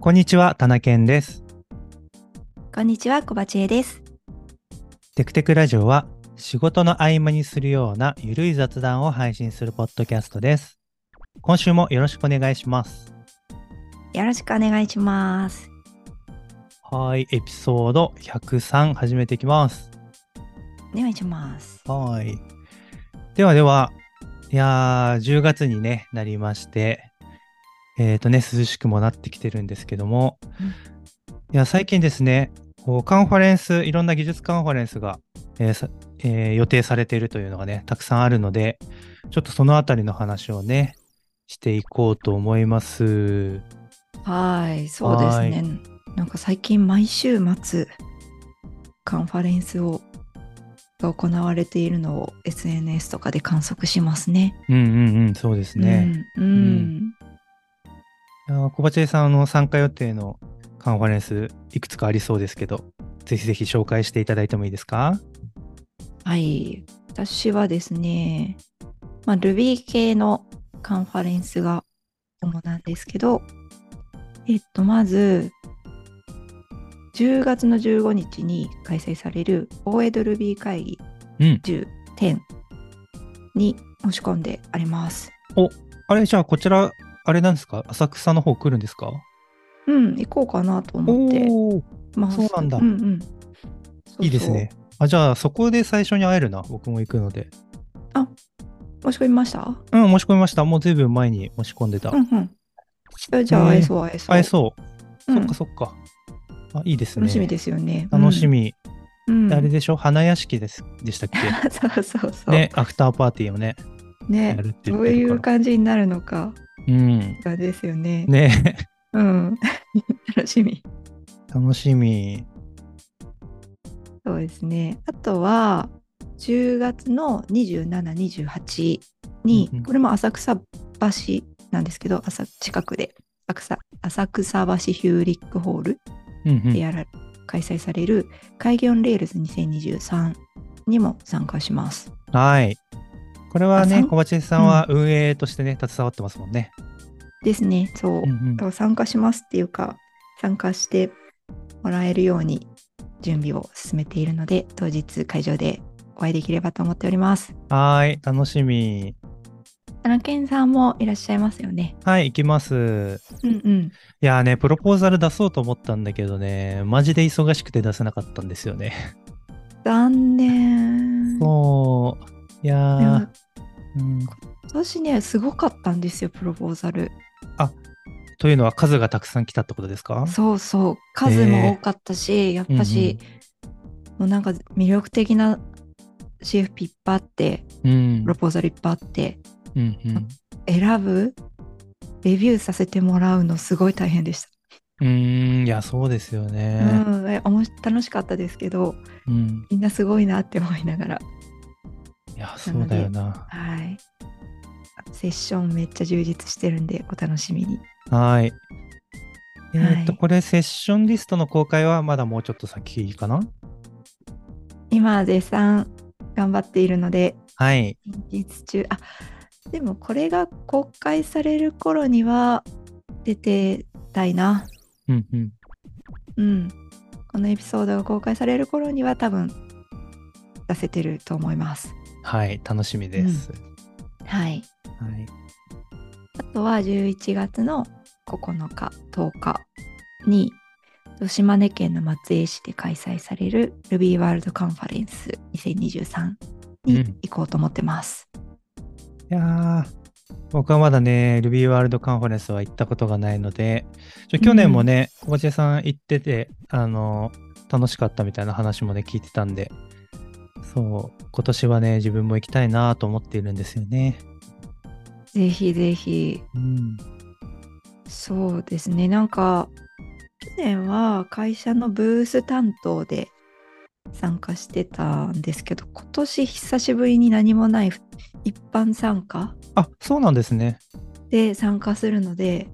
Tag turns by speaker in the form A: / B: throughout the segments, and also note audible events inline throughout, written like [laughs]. A: こんにちは、たなけんです。
B: こんにちは、こばちえです。
A: テクテクラジオは仕事の合間にするようなゆるい雑談を配信するポッドキャストです。今週もよろしくお願いします。
B: よろしくお願いします。
A: はい、エピソード103始めていきます。
B: お願いします。
A: はい。ではでは、いやー、10月に、ね、なりまして、えっ、とね、涼しくもなってきてるんですけども、
B: うん
A: いや、最近ですね、こうカンファレンス、いろんな技術カンファレンスが、えーさえー予定されているというのがね、たくさんあるので、ちょっとそのあたりの話をね、していこうと思います。
B: はい、そうですね。なんか最近毎週末、カンファレンスをが行われているのを SNS とかで観測しますね。
A: うんうんうん、そうですね。
B: うん、うん
A: いやー小鉢さんあの参加予定のカンファレンス、いくつかありそうですけど、ぜひぜひ紹介していただいてもいいですか
B: はい、私はですね、まあ、Ruby 系のカンファレンスが主なんですけど、えっと、まず、10月の15日に開催される大江戸 Ruby 会議
A: うん。
B: 1010に申し込んであります。
A: あれ、じゃあ、こちら、あれなんですか浅草の方来るんですか
B: うん、行こうかなと思って
A: おー
B: ます。
A: そうなんだ
B: うんうん。
A: いいですね。あ、じゃあ、そこで最初に会えるな。僕も行くので。
B: そうそう。申し込みました
A: うん、申し込みました。もう随分前に申し込んでた。
B: うんうんえ。じゃあ、
A: えー
B: 会えそう、会えそう。
A: 会えそう。
B: う
A: そ
B: ん
A: っかそっか。あ、いいですね。
B: 楽しみですよね。
A: 楽しみ。
B: うん。うん
A: あれでしょ花屋敷ですでしたっ
B: [laughs] そうそうそ
A: け
B: う。
A: ね、アフターパーティーをね、や
B: ね。
A: るって
B: ど
A: 言っ
B: う
A: て
B: いう
A: るから。
B: 感じになるのか
A: うん。
B: がですよね。
A: ね
B: うん。 [laughs] 楽しみ。
A: 楽しみ。
B: そうですね。あとは、10月の27、28に
A: うんうん、
B: これも浅草橋なんですけど、浅近くで、浅草浅草橋ヒューリックホール
A: うんう
B: で
A: ん。
B: やら、開催される開業レールズ2023にも参加します。
A: はい。これは
B: あ
A: ね、
B: さん
A: 小鉢さんは運営としてね、携わってますもんね。
B: ですね。そう。
A: うんうん。
B: 参加しますっていうか参加してもらえるように準備を進めているので当日会場でお会いできればと思っております
A: はーい、楽しみ。
B: 田中健さんもいらっしゃいますよね
A: はい、行きます。
B: うんうん
A: いやーね、プロポーザル出そうと思ったんだけどね、マジで忙しくて出せなかったんですよね。
B: 残念今
A: そう。いやー、うん、
B: 年ねすごかったんですよプロポーザル
A: というのは数がたくさん来たってことですか
B: そうそう数も多かったし、やっぱし、もうなんか魅力的な CFP いっぱいあって
A: うん
B: プロ。ポーザルいっぱいあって
A: うんうん
B: 選ぶレビューさせてもらうのすごい大変でした
A: うーん、いや、そうですよね。
B: うんえおもし楽しかったですけど
A: うん。
B: みんなすごいなって思いながら、
A: いや、そうだよな。
B: はい、セッションめっちゃ充実してるんでお楽しみに
A: はい。えーっと、
B: はい
A: これ、セッションリストの公開はまだもうちょっと先かな
B: 今絶賛頑張っているので
A: はい。
B: 近日中あでもこれが公開される頃には出てたいな
A: うんうん。
B: うんこのエピソードが公開される頃には多分出せてると思います
A: はい、楽しみです。
B: はい
A: はい。
B: あとは11月の9日、10日に、島根県の松江市で開催される Ruby World Conference 2023
A: う
B: に
A: ん
B: 行こうと思ってます。
A: いやー僕はまだね、Ruby ワールドカンファレンスは行ったことがないので、ちょ去年もね、小鉢屋さん行ってて、あのー楽しかったみたいな話もね、聞いてたんで、そう、今年はね、自分も行きたいなと思っているんですよね。
B: ぜひぜひ、
A: うん。
B: そうですね、なんか、去年は会社のブース担当で参加してたんですけど、今年久しぶりに何もない一般参加
A: あ、そうなんですね。
B: で参加するので、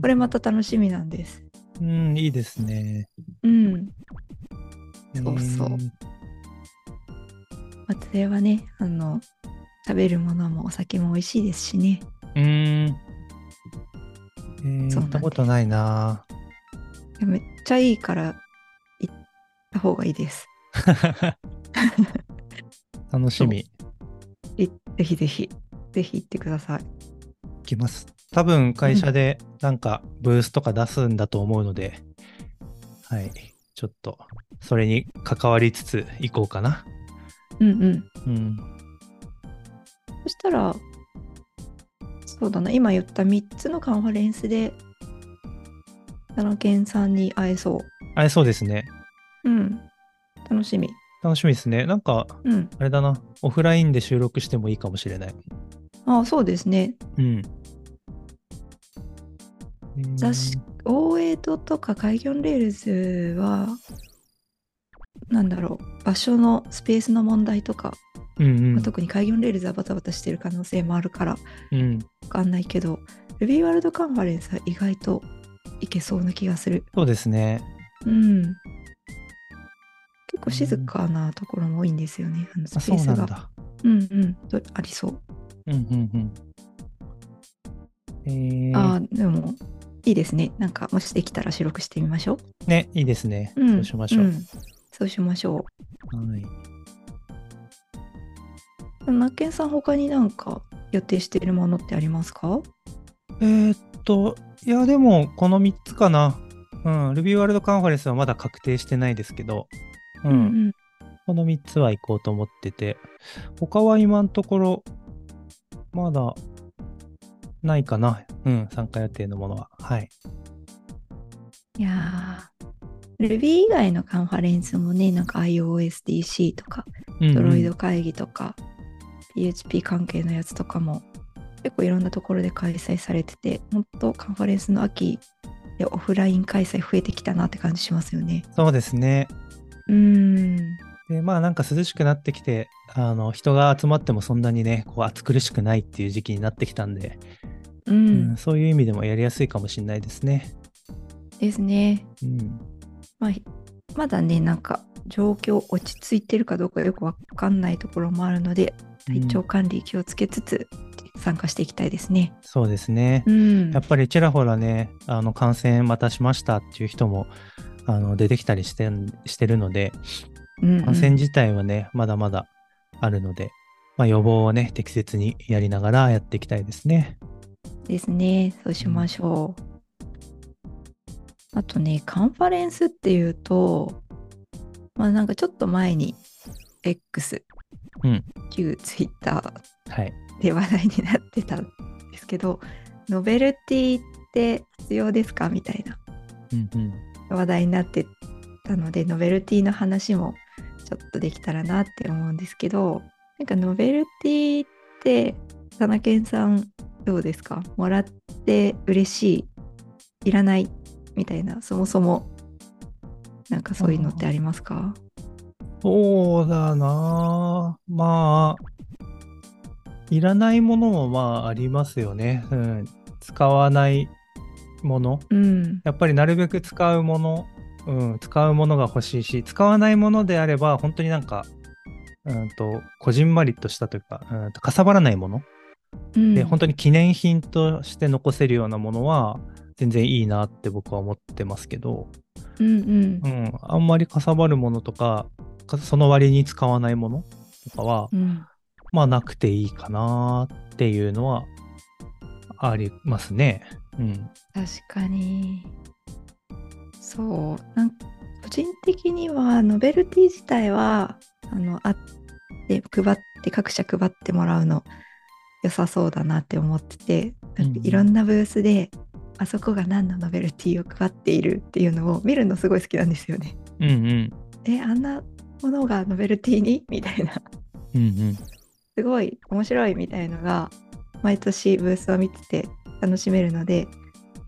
B: これまた楽しみなんです。
A: うん、いいですね。
B: うん、そうそう
A: えー
B: 松江はねあの食べるものもお酒も美味しいですしね
A: うーん。えー
B: そう
A: 行
B: なんです [laughs]
A: ったことないな
B: いやめっちゃいいから行った方がいいです。
A: 楽しみ。
B: いぜひぜひ、ぜひ行ってください。
A: 行きます。多分会社でなんかブースとか出すんだと思うので、はい。ちょっと、それに関わりつつ行こうかな。
B: うんうん。
A: うん。
B: そしたら、そうだな、今言った3つのカンファレンスで、奈良県さんに会えそ
A: あれ、そうですね。
B: う。うん。楽しみ。
A: 楽しみですね。なんか、
B: うん。
A: あれだな。オフラインで収録してもいいかもしれない。
B: あそうですね。
A: うん。
B: 雑誌、大江戸とか海峡レールズは、なんだろう、場所のスペースの問題とか、
A: うんうん
B: まあ、特に海峡レールズはバタバタしてる可能性もあるから、
A: うん、
B: わかんないけど、Ruby ワールドカンファレンスは意外といけそうな気がする。
A: そうですね。
B: うん。結構静かなところも多いんですよね、あのス
A: あ、
B: ペ
A: そう
B: ース
A: なん
B: が。
A: だ。
B: うんうんどありそう。
A: うんうんうん。えー、
B: ああ、でも、いいですね。なんか、もしできたら収録してみましょう。
A: ね、いいですね。
B: うん、
A: そうしましょう。
B: んそうしましょ
A: はい。
B: う。ナッケンさん、他になんか予定しているものってありますか
A: えーっと、いや、でも、この3つかな。うん、Ruby ワールドカンファレンスはまだ確定してないですけど、うん、
B: うん
A: この3つは行こうと思ってて、他は今のところ、まだ、ないかな。うん、参加予定のものは。はい。
B: いやー、Ruby 以外のカンファレンスもね、なんか iOSDC とか、
A: うんうん
B: ドロイド会議とか、PHP 関係のやつとかも結構いろんなところで開催されてて本当カンファレンスの秋でオフライン開催増えてきたなって感じしますよね。
A: そうですね。
B: うーん
A: で、まあなんか涼しくなってきて、あの、人が集まってもそんなにね、こう暑苦しくないっていう時期になってきたんで、
B: う
A: うん
B: ん
A: そういう意味でもやりやすいかもしれないですね。
B: ですね。
A: うん。
B: まあ、まだねなんか状況落ち着いてるかどうかよくわかんないところもあるので体調
A: うん
B: 管理気をつけつつ参加していきたいですね。
A: そうですね。
B: うん
A: やっぱりちらほらね、あの、感染またしましたっていう人も、あの、出てきたりしてんしてるので、
B: うんうん
A: 感染自体はね、まだまだあるので、まあ予防をね、適切にやりながらやっていきたいですね。
B: ですね。そうしましょう。あとね、カンファレンスっていうと、まあなんかちょっと前に X、
A: うん
B: 旧 Twitter
A: はい。
B: で話題になってたんですけど、ノベルティって必要ですかみたいな
A: うんうん。
B: 話題になってたので、ノベルティの話もちょっとできたらなって思うんですけど、なんかノベルティって、田中健さんどうですかもらって嬉しい、いらないみたいな、そもそも、なんかそういうのってありますか
A: そうだなあまあ、いらないものもまあありますよね。うん。使わないもの。
B: うん。
A: やっぱりなるべく使うもの、うん、使うものが欲しいし、使わないものであれば、本当になんか、うんと、こじんまりとしたというか、うんと、かさばらないもの。
B: うん、
A: で、本当に記念品として残せるようなものは、全然いいなって僕は思ってますけど、
B: うんうん
A: う。ん、あんまりかさばるものとか、かその割に使わないものとかは、
B: うん、
A: まあなくていいかなっていうのはありますね。うん。
B: 確かに。そう。なん個人的には、ノベルティ自体は、あの、あって、配って、各社配ってもらうの、良さそうだなって思ってて、なん
A: う
B: か
A: んうん
B: いろんなブースで、あそこが何のノベルティを配っているっていうのを見るのすごい好きなんですよね。
A: うんうん。
B: え、あんなものがノベルティにみたいな。
A: うんうん。
B: すごい面白いみたいのが毎年ブースを見てて楽しめるので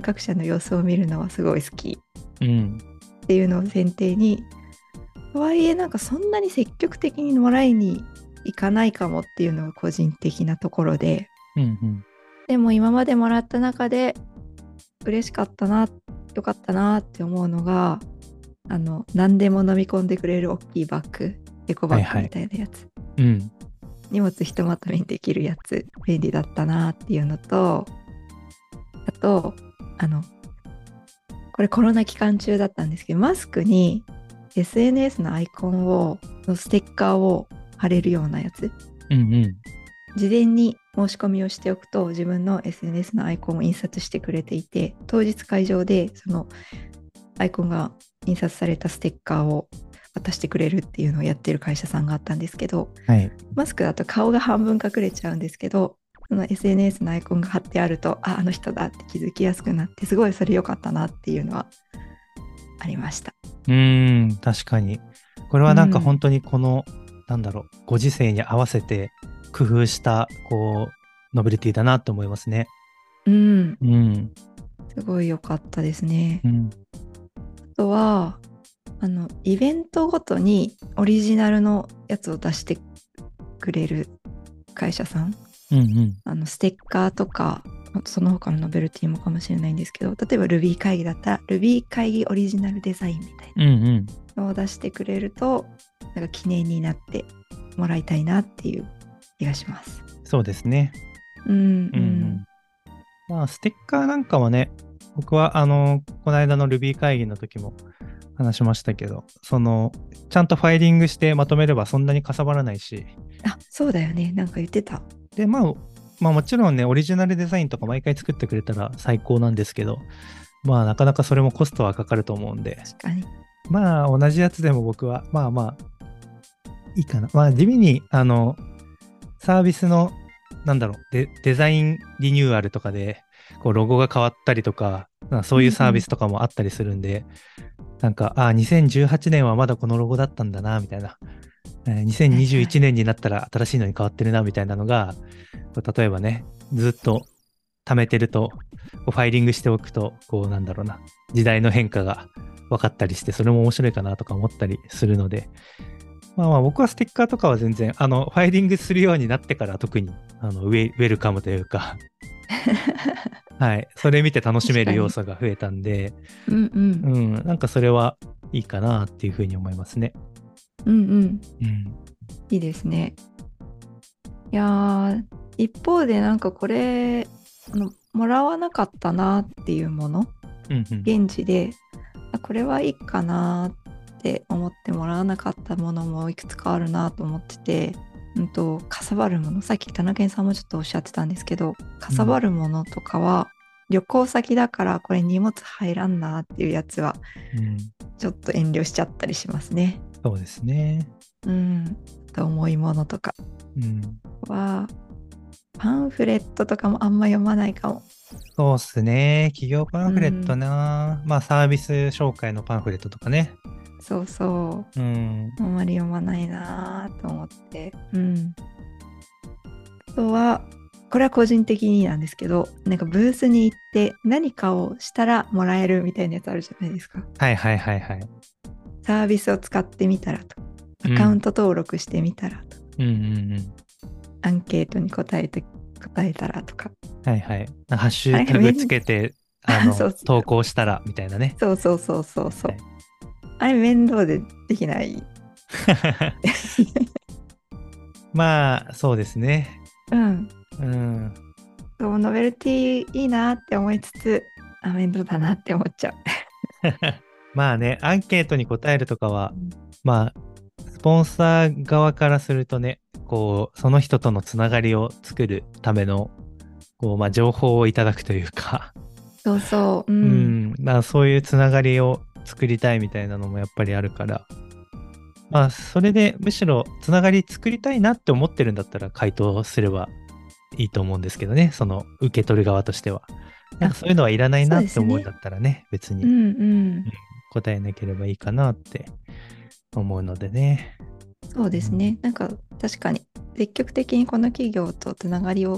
B: 各社の様子を見るのはすごい好き
A: うん。
B: っていうのを前提にとはいえなんかそんなに積極的にもらいに行かないかもっていうのが個人的なところで
A: うんうん。
B: でも今までもらった中で嬉しかったな良かったなって思うのがあの何でも飲み込んでくれる大きいバッグエコバッグみたいなやつ、
A: うん。
B: 荷物ひとまとめにできるやつ便利だったなっていうのとあとあのここれコロナ期間中だったんですけど、マスクに SNS のアイコンを、のステッカーを貼れるようなやつ、
A: うんうん。
B: 事前に申し込みをしておくと、自分の SNS のアイコンを印刷してくれていて、当日会場でそのアイコンが印刷されたステッカーを渡してくれるっていうのをやってる会社さんがあったんですけど、
A: はい。
B: マスクだと顔が半分隠れちゃうんですけど、その SNS のアイコンが貼ってあると、あ、あの人だって気づきやすくなって、すごいそれ良かったなっていうのはありました。
A: うーん、確かに。これはなんか
B: うん
A: 本当にこの、なんだろう、ご時世に合わせて工夫した、こう、ノベルティだなと思いますね。
B: うん、
A: うん。
B: すごい良かったですね
A: う。ん。
B: あとは、あの、イベントごとにオリジナルのやつを出してくれる会社さん
A: うんうん。
B: あのステッカーとかあとその他のノベルティもかもしれないんですけど例えば Ruby 会議だったら Ruby 会議オリジナルデザインみたい
A: うんうん。
B: なのを出してくれるとなんか記念になってもらいたいなっていう気がします。
A: そうですね。
B: うん、
A: うんうん。まあ、ステッカーなんかはね、僕は、あの、この間の Ruby 会議の時も話しましたけど、その、ちゃんとファイリングしてまとめればそんなにかさばらないし、
B: あそうだよねなんか言ってた。
A: で、まあ、まあもちろんね、オリジナルデザインとか毎回作ってくれたら最高なんですけど、まあなかなかそれもコストはかかると思うんで、
B: 確かに。
A: まあ同じやつでも僕は、まあまあ、いいかな。まあ地味に、あの、サービスの、なんだろうデ、デザインリニューアルとかで、こうロゴが変わったりとか、なんかそういうサービスとかもあったりするんで、なんか、ああ、2018年はまだこのロゴだったんだな、みたいな。えー2021年になったら新しいのに変わってるな、みたいなのが、こう例えばね、ずっと貯めてると、こうファイリングしておくと、こうなんだろうな、時代の変化が分かったりして、それも面白いかなとか思ったりするので、まあまあ僕はステッカーとかは全然、あの、ファイリングするようになってから特に、あの、ウェウェルカムという
B: [laughs]
A: か、はい、それ見て楽しめる要素が増えたんで、
B: うんうん
A: うん、なんかそれはいいかなっていうふうに思いますね。
B: うんうん
A: うん。
B: いいですね。いやー一方でなんかこれあのもらわなかったなっていうもの
A: うんうん
B: 現地であこれはいいかなって思ってもらわなかったものもいくつかあるなと思ってて、うん、とかさばるものさっき田中さんもちょっとおっしゃってたんですけどかさばるものとかは、旅行先だからこれ荷物入らんなっていうやつは
A: うん
B: ちょっと遠慮しちゃったりしますね。
A: そうですね。
B: うん、あと重いものとか
A: うん。
B: はパンフレットとかもあんま読まないかも。
A: そうっすね。企業パンフレットな、まあサービス紹介のパンフレットとかね。
B: そうそう
A: うん。
B: あんまり読まないなぁと思って。うん。あとは、これは個人的になんですけど、なんかブースに行って何かをしたらもらえるみたいなやつあるじゃないですか。
A: はいはいはいはい。
B: サービスを使ってみたらと。アカウント登録してみたらと。
A: うんうんうん。
B: アンケートに答えて、答えたらとか。
A: はいはい。ハッシュタグつけて、
B: はい
A: あ [laughs] の
B: そうそう
A: 投稿したらみたいな [laughs] ね。
B: そうそうそうそうそう。
A: はい
B: あれ面倒でできない。
A: まあそうですね。
B: うん。
A: うん。
B: そうノベルティいいなって思いつつ、あ、面倒だなって思っちゃう。
A: まあね、アンケートに答えるとかは、まあ、スポンサー側からするとね、こう、その人とのつながりを作るための、こう、まあ、情報をいただくというか、
B: [laughs] そうそう。
A: う
B: うん
A: ん、まあ、そういうつながりを作りたいみたいなのもやっぱりあるから、まあ、それでむしろつながり作りたいなって思ってるんだったら回答すればいいと思うんですけどね、その受け取る側としては。なんかそういうのはいらないなって思うんだったらね、別に。
B: うんうん、
A: 答えなければいいかなって思うのでね。
B: そうですね。なんか確かに積極的にこの企業とつながりを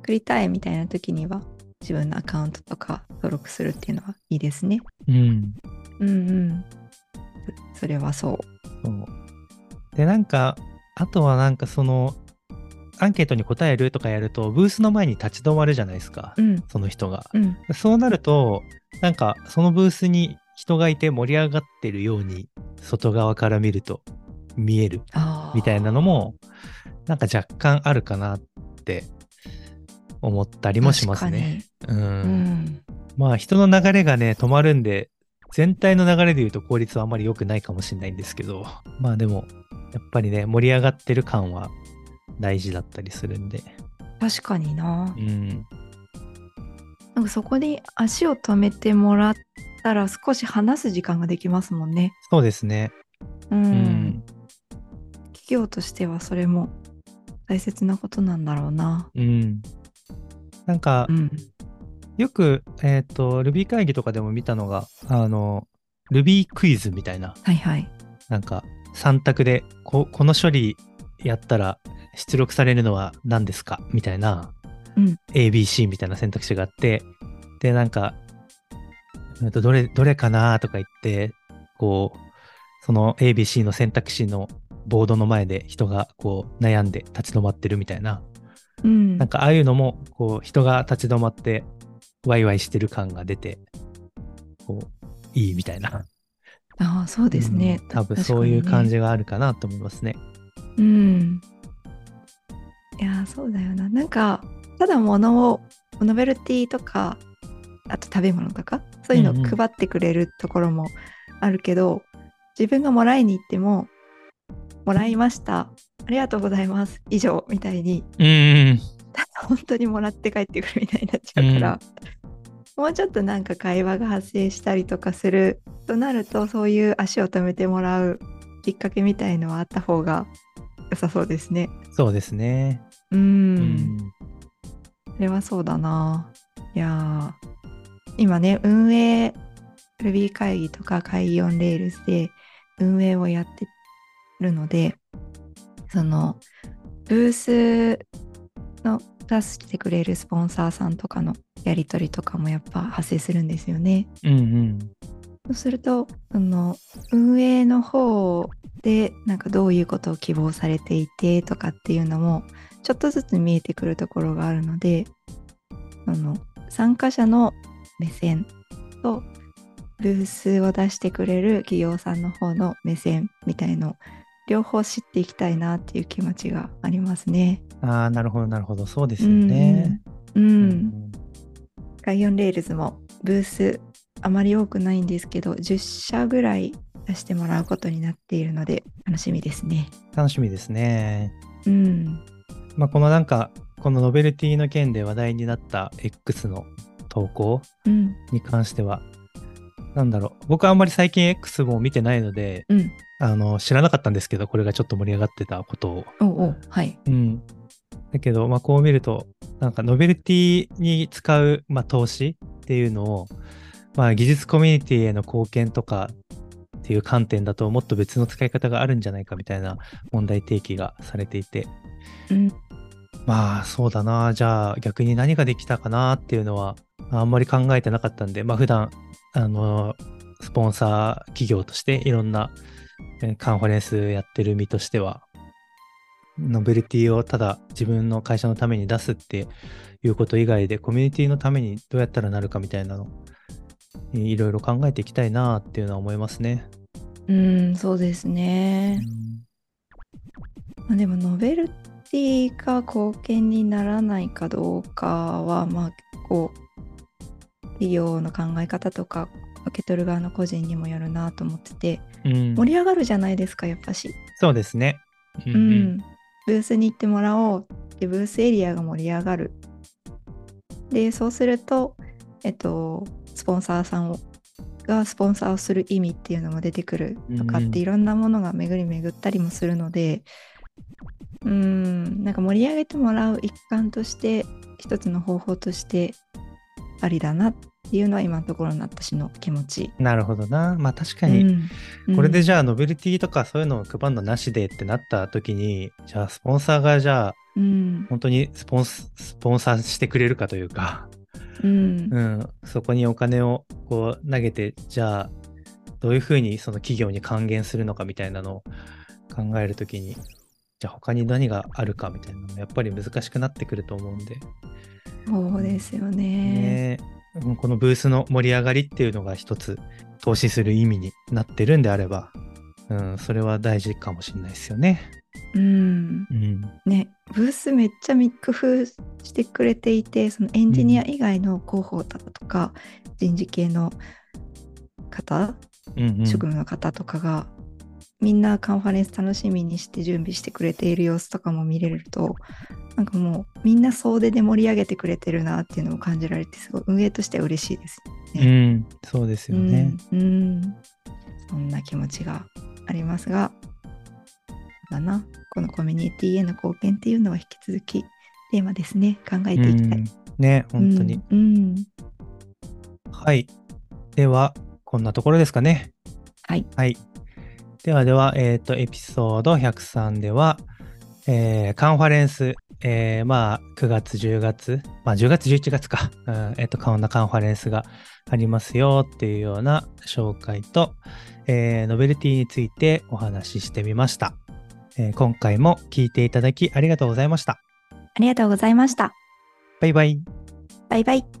B: 作りたいみたいな時には自分のアカウントとか登録するっていうのはいいですね。
A: うん。
B: うんうん。そそれはそう。
A: そうで、なんか、あとはなんかその、アンケートに答えるとかやると、ブースの前に立ち止まるじゃないですか、
B: うん
A: その人が。
B: うん
A: そうなると、なんかそのブースに人がいて盛り上がってるように、外側から見ると見える
B: あー
A: みたいなのも、なんか若干あるかなって思ったりもしますね。
B: 確かにうん
A: まあ人の流れがね、止まるんで、全体の流れで言うと効率はあんまり良くないかもしれないんですけど、まあでも、やっぱりね、盛り上がってる感は大事だったりするんで。
B: 確かにな
A: う。ん。
B: なんかそこで足を止めてもらったら少し話す時間ができますもんね。
A: そうですね。
B: うん。
A: うん。
B: 企業としてはそれも大切なことなんだろうな。
A: うん。なんか
B: う、ん。
A: よく、えっ、と、Ruby 会議とかでも見たのが、あの、Ruby クイズみたいな、
B: はいはい。
A: なんか、3択で、ここの処理やったら出力されるのは何ですかみたいな、
B: うん
A: ABC みたいな選択肢があって、で、なんか、えーとどれ、どれかなとか言って、こう、その ABC の選択肢のボードの前で人がこう悩んで立ち止まってるみたいな、
B: うん。
A: なんかああいうのもこう人が立ち止まってワイワイしてる感が出てこういいみたいな
B: ああ、そうですね。
A: うん多分そういう
B: じ
A: 感じがあるかなと思いますね。
B: うん。いやーそうだよな。なんかただ物をノベルティとかあと食べ物とかそういうの
A: うんうん
B: を配ってくれるところもあるけど、自分がもらいに行っても「もらいましたありがとうございます以上」みたいに
A: うんうん
B: ただ [laughs] 本当にもらって帰ってくるみたいになっちゃうから、もうちょっとなんか会話が発生したりとかするとなるとそういう足を止めてもらうきっかけみたいのはあった方が良さそうですね。
A: うん、そうですね。
B: う、
A: うん
B: それはそうだな。いやー今ね運営 Ruby 会議とか会議オンレールズで運営をやってるのでそのブースの出してくれるスポンサーさんとかのやり取りとかもやっぱ発生するんですよね。
A: うんうん
B: そうするとその運営の方でなんかどういうことを希望されていてとかっていうのもちょっとずつ見えてくるところがあるのでその参加者の目線とブースを出してくれる企業さんの方の目線みたいの両方知っていきたいなっていう気持ちがありますね。
A: ああなるほどなるほどそうですよね。
B: うん、う
A: うん
B: ガイオンレールズもブースあまり多くないんですけど10社ぐらい出してもらうことになっているので楽しみですね。
A: 楽しみですね。
B: うん。
A: まあ、このなんかこのノベルティの件で話題になった X の投稿
B: うん。
A: に関してはなんだろう僕はあんまり最近 X も見てないので
B: うん。
A: あの知らなかったんですけどこれがちょっと盛り上がってたことを。
B: おうおう。はい。
A: うん、だけど、まあ、こう見るとなんかノベルティに使う、まあ、投資っていうのを、まあ、技術コミュニティへの貢献とかっていう観点だともっと別の使い方があるんじゃないかみたいな問題提起がされていて
B: うん。
A: まあそうだなじゃあ逆に何ができたかなっていうのはあんまり考えてなかったんでまあ普段あのスポンサー企業としていろんなえーカンファレンスやってる身としてはノベルティをただ自分の会社のために出すっていうこと以外でコミュニティのためにどうやったらなるかみたいなのいろいろ考えていきたいなっていうのは思いますね。
B: うん、そうですね。
A: う
B: まあ、でもノベルティが貢献にならないかどうかはまあ結構企業の考え方とか受け取る側の個人にもよるなと思ってて
A: ん、
B: 盛り上がるじゃないですかやっぱし。
A: そうですね。うん
B: うん、ブースに行ってもらおうでブースエリアが盛り上がるでそうするとえっとスポンサーさんをがスポンサーをする意味っていうのも出てくるとかっ
A: うん
B: ていろんなものが巡り巡ったりもするのでうんなんか盛り上げてもらう一環として一つの方法としてありだなっていうのは今のところの私の気持ち。
A: なるほどな。まあ確かに、
B: うん
A: これでじゃあノベルティとかそういうのを配るのなしでってなった時にじゃあスポンサーがじゃあ
B: うん
A: 本当にスポンススポンサーしてくれるかというか、
B: うん
A: うん、そこにお金をこう投げてじゃあどういうふうにその企業に還元するのかみたいなのを考える時にじゃあ他に何があるかみたいなのもやっぱり難しくなってくると思うんで、
B: そうですよね
A: ねうんこのブースの盛り上がりっていうのが一つ投資する意味になってるんであればうん、それは大事かもしれないですよね。
B: うん
A: うん。
B: ね、ブースめっちゃみ工夫してくれていてそのエンジニア以外の広報だとか、人事系の方
A: うん、うん。
B: 職務の方とかが、みんなカンファレンス楽しみにして準備してくれている様子とかも見れるとなんかもうみんな総出で盛り上げてくれてるなっていうのを感じられてすごい運営としては嬉しいです。
A: うん、そうですよね。
B: うん、うんそんな気持ちがありますがそうだなこのコミュニティへの貢献っていうのは引き続きテーマですね考えていきたい。
A: うんね、本当に。
B: うんうん
A: はい。では、こんなところですかね。
B: はい。
A: はい。ではでは、えっ、と、エピソード103では、えーカンファレンス、えーまあ、9月、10月、まあ、10月、11月か、うん、えっ、と、こんなカンファレンスがありますよっていうような紹介と、えーノベルティについてお話ししてみました、えー今回も聞いていただきありがとうございました。
B: ありがとうございました。
A: バイバイ。
B: バイバイ。